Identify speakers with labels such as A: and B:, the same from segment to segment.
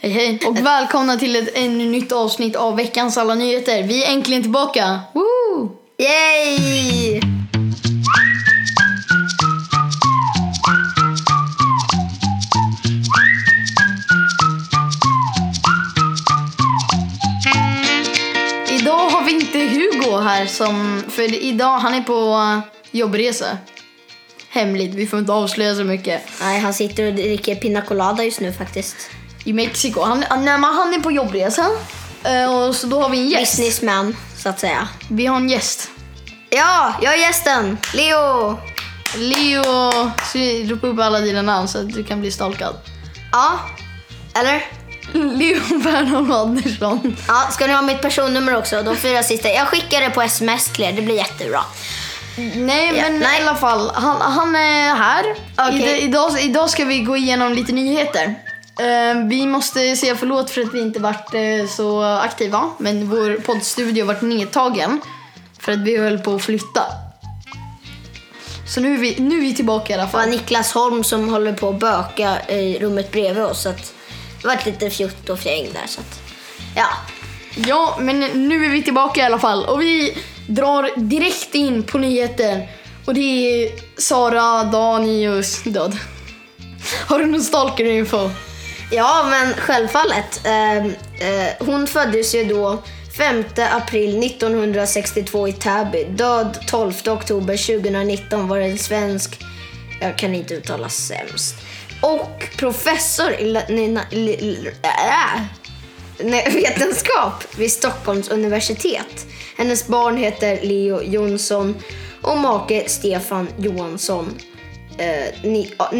A: Hej hej och välkomna till ett ännu nytt avsnitt av veckans alla nyheter. Vi är äntligen tillbaka! Woo!
B: Yay!
A: Idag har vi inte Hugo här som, för idag han är på jobbresa. Hemligt, vi får inte avslöja så mycket.
B: Nej, han sitter och dricker pina colada just nu faktiskt.
A: I Mexiko, han, nej, men han är på jobbresa. Eh, Och så då har vi en gäst.
B: Businessman, så att säga.
A: Vi har en gäst.
B: Ja, jag är gästen! Leo!
A: Leo, så ropa upp alla dina namn så att du kan bli stalkad.
B: Ja, eller?
A: Leo Bernholm Andersson.
B: Ja, ska ni ha mitt personnummer också? De fyra sista. Jag skickar det på sms till er, det blir jättebra.
A: Nej,
B: Ja,
A: men
B: nej.
A: i alla fall. Han, han är här.
B: Okej.
A: Ida- idag, idag ska vi gå igenom lite nyheter. Eh, vi måste säga förlåt för att vi inte varit eh, så aktiva, men vår poddstudio har varit nedtagen för att vi höll på att flytta. Så nu är vi, nu är vi tillbaka i alla
B: Det var
A: fall.
B: Niklas Holm som håller på att böka i rummet bredvid oss, så att det vart lite fjutt och fjäng där. Så att, ja.
A: Ja, men nu är vi tillbaka i alla fall och vi drar direkt in på nyheter. Och det är Sara Danius död. Har du någon stalker-info?
B: Ja, men självfallet. Ehm, eh, hon föddes ju då 5 april 1962 i Täby. Död 12 oktober 2019 var en svensk, jag kan inte uttala sämst, och professor i la- nina- li- li- äh, nej, vetenskap vid Stockholms universitet. Hennes barn heter Leo Jonsson och make Stefan Johansson. Eh, ni- ja,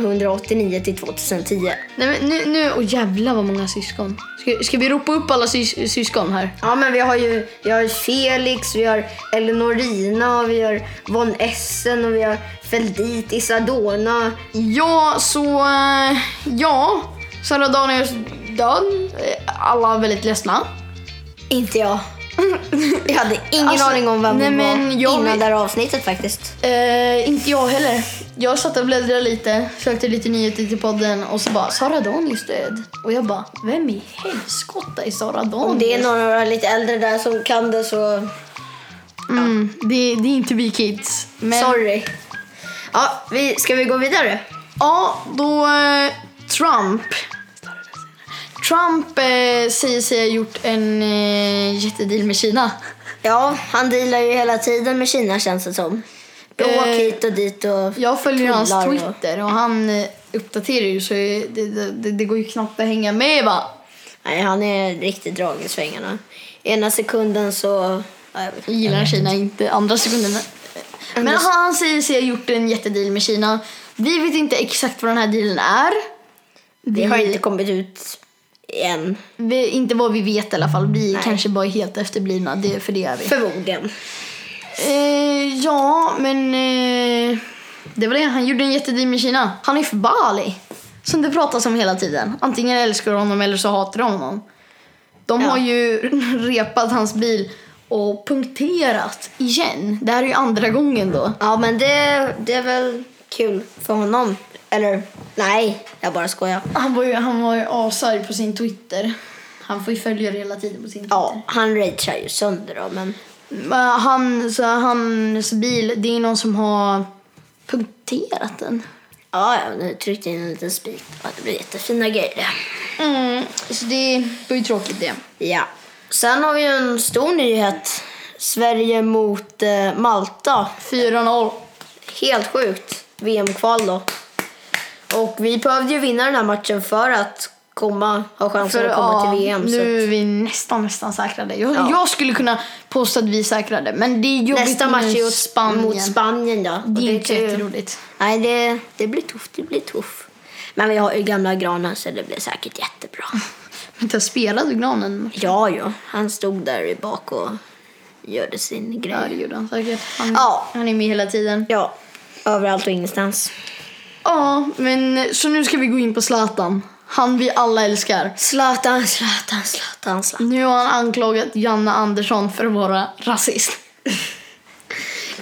B: 1989 till 2010.
A: Nej men nu, nu åh jävlar vad många syskon. Ska, ska vi ropa upp alla sys, syskon här?
B: Ja, men vi har ju vi har Felix, vi har Eleonorina och vi har von Essen och vi har Feldit, Isadona.
A: Ja, så eh, ja. Sara Danius död. Eh, Alla är väldigt ledsna.
B: Inte jag. Jag hade ingen
A: Alltså,
B: aning om vem
A: nej,
B: hon
A: men
B: var
A: jag
B: innan
A: vet-
B: det här avsnittet faktiskt.
A: Eh, inte jag heller. Jag satt och bläddrade lite, sökte lite nyheter till podden och så bara Sara Danius död. Och jag bara, vem i helskotta är Sara Danius?
B: Om det är några lite äldre där som kan det så
A: mm, det, det är inte vi kids. Men,
B: sorry. Ja, vi, ska vi gå vidare?
A: Ja, då eh, Trump. Trump eh, säger sig ha gjort en eh, jättedeal med Kina.
B: Ja, han dealar ju hela tiden med Kina känns det som. Bråk
A: Eh,
B: hit och dit och...
A: Jag följer hans
B: Tullar och-
A: Twitter och han eh, uppdaterar ju så det, det, det, det går ju knappt att hänga med va?
B: Nej, han är riktigt drag i svängarna. Ena sekunden så... Ja, jag vet
A: Jag gillar Kina inte, andra sekunden. Men
B: Andra-
A: han, han säger sig ha gjort en jättedeal med Kina. Vi vet inte exakt vad den här dealen är.
B: Det
A: Vi,
B: har inte kommit ut än.
A: vi, inte vad vi vet i alla fall. Vi
B: Nej.
A: kanske bara är helt efterblivna, det, för det är vi.
B: Förmodligen.
A: Eh, ja, men eh, det var det. Han gjorde en jättedeal med Kina. Hanif Bali, som det pratas om hela tiden. Antingen älskar de honom eller så hatar de honom. De
B: Ja.
A: har ju repat hans bil och punkterat igen. Det här är ju andra gången då.
B: Ja, men det, det är väl kul för honom. Eller nej, jag bara skojar.
A: Han var ju, han var ju asarg på sin Twitter. Han får ju följa det hela tiden på sin Twitter.
B: Ja, han ragear ju sönder då, men...
A: Men Han, så hans bil, det är någon som har punkterat den.
B: Ja, ja, nu tryckte jag in en liten spik. Ja, det blir jättefina grejer det.
A: Mm, så det var ju tråkigt det.
B: Ja. Sen har vi ju en stor nyhet. Sverige mot eh, Malta.
A: 4-0.
B: Helt sjukt. VM-kval då. Och vi behövde ju vinna den här matchen för att komma, ha chansen
A: För,
B: att komma
A: ja,
B: till VM. så
A: nu är vi nästan, nästan säkrade. Jag,
B: Ja.
A: jag skulle kunna påstå att vi är säkrade, men det är jobbigt
B: Nästa match är
A: mot
B: ju
A: Spanien.
B: mot Spanien då. Och
A: det är inte
B: kan ju-
A: jätteroligt.
B: Nej, det, det blir tufft. Det blir tufft. Men vi har ju gamla granen så det blir säkert jättebra.
A: Men inte spelade Granen.
B: Ja, ja. Han stod där i bak och gjorde sin
A: Ja, det
B: grej.
A: gjorde han säkert. Han,
B: Ja.
A: han är med hela tiden.
B: Ja, överallt och ingenstans.
A: Ja, men så nu ska vi gå in på Zlatan. Han vi alla älskar.
B: Zlatan, Zlatan, Zlatan, Zlatan.
A: Nu har han anklagat Janne Andersson för att vara rasist.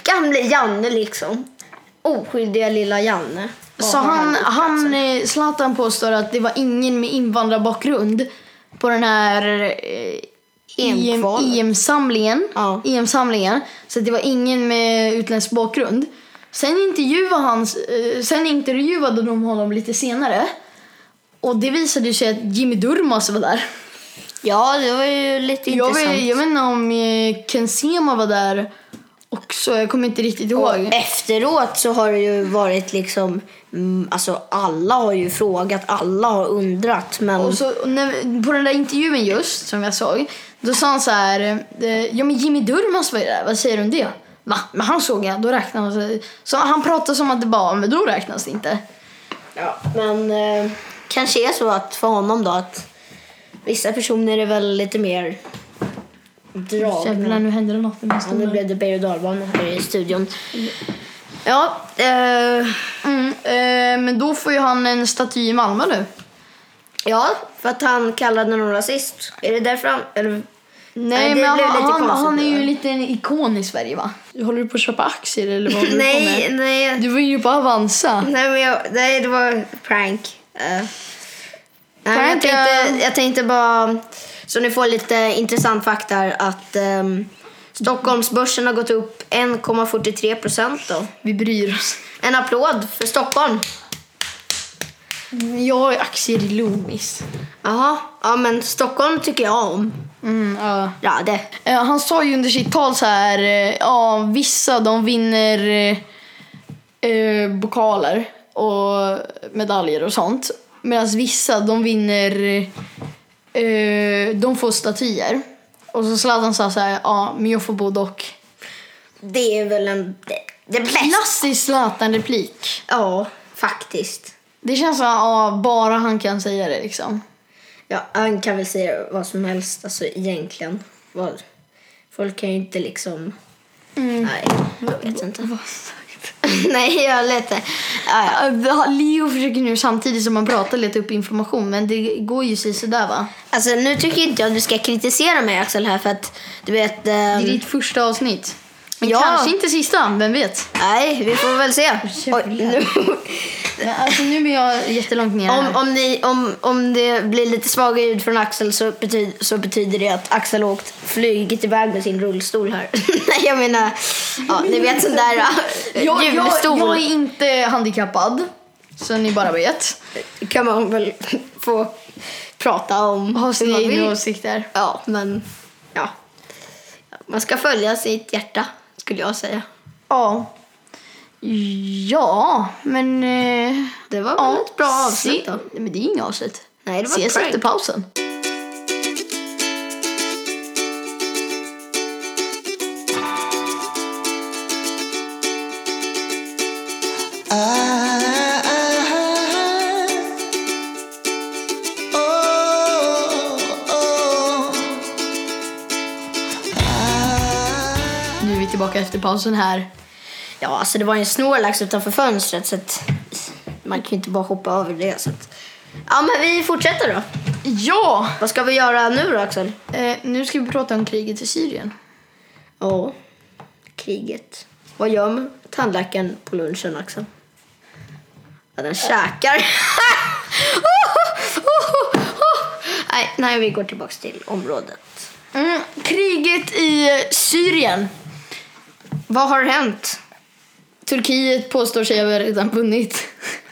B: Gamle Janne liksom. Oskyldiga lilla Janne.
A: Så han, han, eh, Zlatan påstår att det var ingen med invandrarbakgrund på den här eh,
B: EM-kvalet.
A: EM-samlingen.
B: Ja.
A: EM-samlingen. Så att det var ingen med utländsk bakgrund. Sen intervjuade, hans, eh, sen intervjuade de honom lite senare. Och det visade sig att Jimmy Durmaz var där.
B: Ja, det var ju lite
A: Jag
B: intressant.
A: vet, jag vet inte om eh, Ken Sema var där också. Jag kommer inte riktigt ihåg.
B: Och efteråt så har det ju varit liksom, mm, alltså alla har ju frågat, alla har undrat. Men
A: Och så, och när, på den där intervjun just, som jag såg, då sa han så här, eh, ja men Jimmy Durmaz var ju där, vad säger du om det? Va? Men han såg jag, då räknas det. Så han pratade som att det bara, men då räknas det inte.
B: Ja, men eh, kanske är så att för honom då att vissa personer är väl lite mer dragna.
A: Jävlar, nu händer det något i min
B: Ja, nu
A: stolen.
B: blev det berg och dalbana här i studion. Ja, eh,
A: Mm, eh, men då får ju han en staty i Malmö nu.
B: ja, för att han kallade någon rasist. Är det därför han... Eller,
A: Nej,
B: det
A: men han,
B: blev lite
A: han,
B: konstigt
A: han är
B: nu,
A: ju
B: va?
A: lite en ikon i Sverige va? Håller du på att köpa aktier eller vad håller du på
B: nej,
A: med?
B: nej,
A: Du var ju på Avanza.
B: nej, men jag, nej, det var prank. Eh, nej, men jag,
A: Prank,
B: tänkte, jag tänkte bara, så ni får lite intressant fakta här, att um, Stockholmsbörsen har gått upp 1,43 procent då.
A: Vi bryr oss.
B: En applåd för Stockholm.
A: Jag har ju aktier i Loomis.
B: Jaha, ja men Stockholm tycker jag om.
A: Mm, ja.
B: Ja, det.
A: Eh, Han sa ju under sitt tal så här, eh, ja vissa de vinner eh, eh, bokaler och medaljer och sånt. Medan vissa de vinner, eh, de får statyer. Och så Zlatan sa så här, ja men jag får både och.
B: Det är väl en... Det, det bästa.
A: Klassisk Zlatan-replik.
B: Ja, faktiskt.
A: Det känns som ja, bara han kan säga det liksom.
B: Ja, han kan väl säga vad som helst, alltså egentligen. Vad? Folk kan ju inte liksom...
A: Mm.
B: Nej, jag vet inte. Nej, jag vet inte. Ja, ja.
A: Ja, Eh, Leo försöker nu samtidigt som han pratar leta upp information men det går ju sådär va?
B: Alltså, nu tycker inte jag att du ska kritisera mig, Axel, här för att du vet... ehm,
A: Det är ditt första avsnitt. Men
B: Ja.
A: kanske inte sista, vem vet?
B: Nej, vi får väl se. Oj, nu.
A: Men alltså, nu är jag jättelångt ner
B: Om,
A: här.
B: om, ni, om, om det blir lite svaga ljud från Axel så, betyd, så betyder det att Axel har åkt flugit iväg med sin rullstol här. Nej, jag menar, ja, ni vet sån där äh,
A: jag, jag,
B: julstol.
A: jag är inte handikappad, så ni bara vet.
B: kan man väl få prata om
A: Ha
B: hur
A: sina
B: man
A: egna
B: vill.
A: åsikter.
B: Ja, men ja. Man ska följa sitt hjärta, skulle jag säga.
A: Ja. Ja, men... eh,
B: Det var väl
A: ja,
B: ett bra avsnitt
A: se-
B: då.
A: Nej, Men det är inget avsnitt.
B: Nej, det var
A: Ses
B: prank.
A: efter pausen. Nu är vi tillbaka efter pausen här.
B: Ja, alltså det var ju en Snorlax utanför fönstret så att man kan ju inte bara hoppa över det. Så att... Ja, men vi fortsätter då.
A: Ja!
B: Vad ska vi göra nu då, Axel?
A: Eh, nu ska vi prata om kriget i Syrien.
B: Ja, kriget. Vad gör man- tandläkaren på lunchen, Axel? Ja, den käkar. nej, nej, vi går tillbaka till området.
A: Mm, kriget i eh, Syrien.
B: Vad har hänt?
A: Turkiet påstår sig ha redan vunnit. Så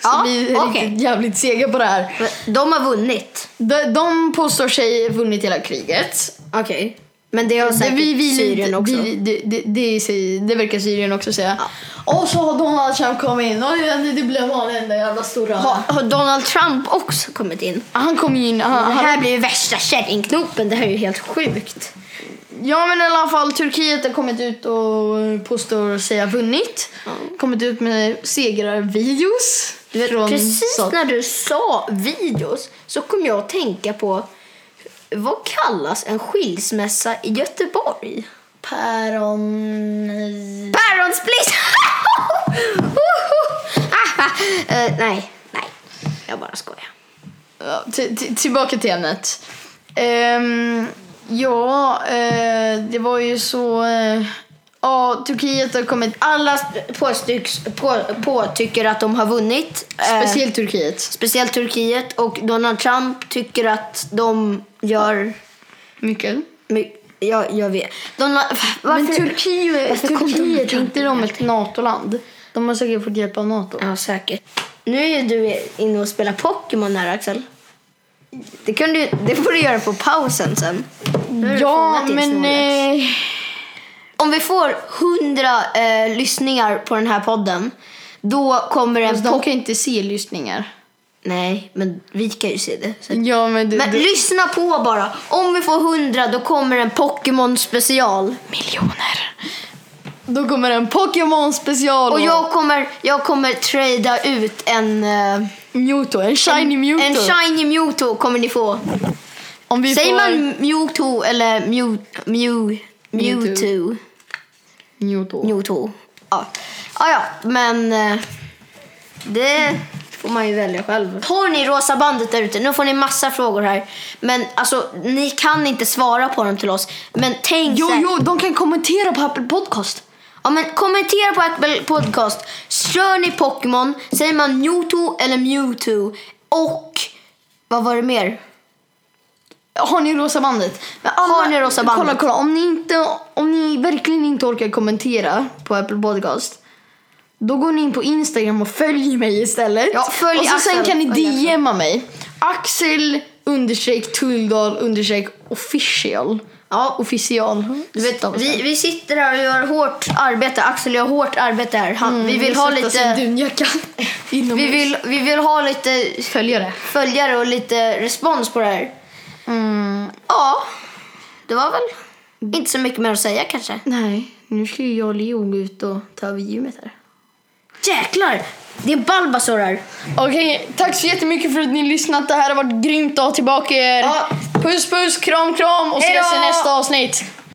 B: Ja,
A: vi är
B: okej.
A: riktigt jävligt sega på det här.
B: De har vunnit.
A: De, de påstår sig ha vunnit hela kriget.
B: Okej. Men det har
A: Det,
B: säkert
A: vi, vi,
B: Syrien också.
A: Det, det, det, det, säger- det verkar Syrien också säga.
B: Ja.
A: Och så har Donald Trump kommit in. Och det det blev han den där jävla stora...
B: har, har Donald Trump också kommit in?
A: Han kom ju in. Han,
B: Det
A: han,
B: här blir ju värsta kärringknopen. Det här är ju helt sjukt.
A: ja men i alla fall Turkiet har kommit ut och påstår sig ha vunnit. Kommit ut med segrarvideos.
B: Du vet,
A: från
B: precis
A: Sat-
B: när du sa videos så kom jag att tänka på vad kallas en skilsmässa i Göteborg?
A: Päron...
B: Päronsplitt! Eh, nej, nej. Jag bara skojar.
A: Ja, till- till- tillbaka till ämnet. Ehm, ja, eh, det var ju så... eh, Ja, Turkiet har kommit...
B: Alla påstycks, på, på tycker att de har vunnit. Eh,
A: Speciellt Turkiet.
B: speciellt Turkiet. Och Donald Trump tycker att de gör...
A: Mycket.
B: My, jag, jag vet. Donald, varför?
A: Men Turkiet,
B: varför kom
A: Turkiet är
B: Donald
A: inte de ett NATO-land? De har säkert fått hjälp av NATO.
B: Ja, säkert. Nu är ju du inne och spelar Pokémon här, Axel. Det, kan du, det får du göra på pausen sen. Nu har du
A: Ja,
B: fångat din
A: men...
B: Snorlax.
A: Eh,
B: Om vi får 100 eh, lyssningar på den här podden, då kommer en...
A: alltså, de
B: Po-
A: kan ju inte se lyssningar.
B: Nej, men vi kan ju se det. Så.
A: Ja, men... Mm. Det,
B: Men
A: det-
B: lyssna på bara. Om vi får 100 då kommer en Pokémon special.
A: miljoner. Då kommer en Pokémon special
B: Och jag kommer, jag kommer trada ut en... eh,
A: Mewtwo, en shiny Mewtwo.
B: En shiny Mewtwo kommer ni få.
A: Om vi
B: Säger
A: får
B: man Mewtwo eller Mew, Mew,
A: Mewtwo.
B: Mewtwo?
A: Mewtwo.
B: Mewtwo. Ja. ja, ja, men eh, det får man ju välja själv. Har ni rosa bandet där ute? Nu får ni massa frågor här. Men alltså, ni kan inte svara på dem till oss. Men tänk
A: Jo,
B: så här-
A: jo, de kan kommentera på Apple Podcast.
B: Ja, men kommentera på Apple Podcast. Kör ni Pokémon? Säger man Mewtwo eller Mewtwo? Och vad var det mer?
A: Har ni rosa bandet? Men
B: Har ni rosa bandet?
A: Kolla, kolla. Om ni, inte, om ni verkligen inte orkar kommentera på Apple Podcast då går ni in på Instagram och följer mig istället.
B: Ja, följ
A: och så
B: Axel.
A: sen kan ni
B: Följ Axel.
A: DMa mig. Axel understreck Tulldal understreck official.
B: Ja,
A: Official. Mm.
B: Du vet, vi, vi sitter här och gör hårt arbete. Axel gör hårt arbete här. Han, Mm, vi vill ha lite...
A: dunjacka. Inomhus.
B: Vi vill, vi vill ha lite
A: följa det.
B: följare och lite respons på det här.
A: Mm,
B: Ja, det var väl inte så mycket mer att säga kanske.
A: nej, nu ska ju jag och Leo gå ut och ta över gymmet här.
B: Jäklar! Det är Balbasaur här.
A: Okej, tack så jättemycket för att ni lyssnat. Det här har varit grymt att ha tillbaka er.
B: Ja.
A: Puss puss, kram kram och
B: Hej
A: ses
B: då!
A: i nästa avsnitt.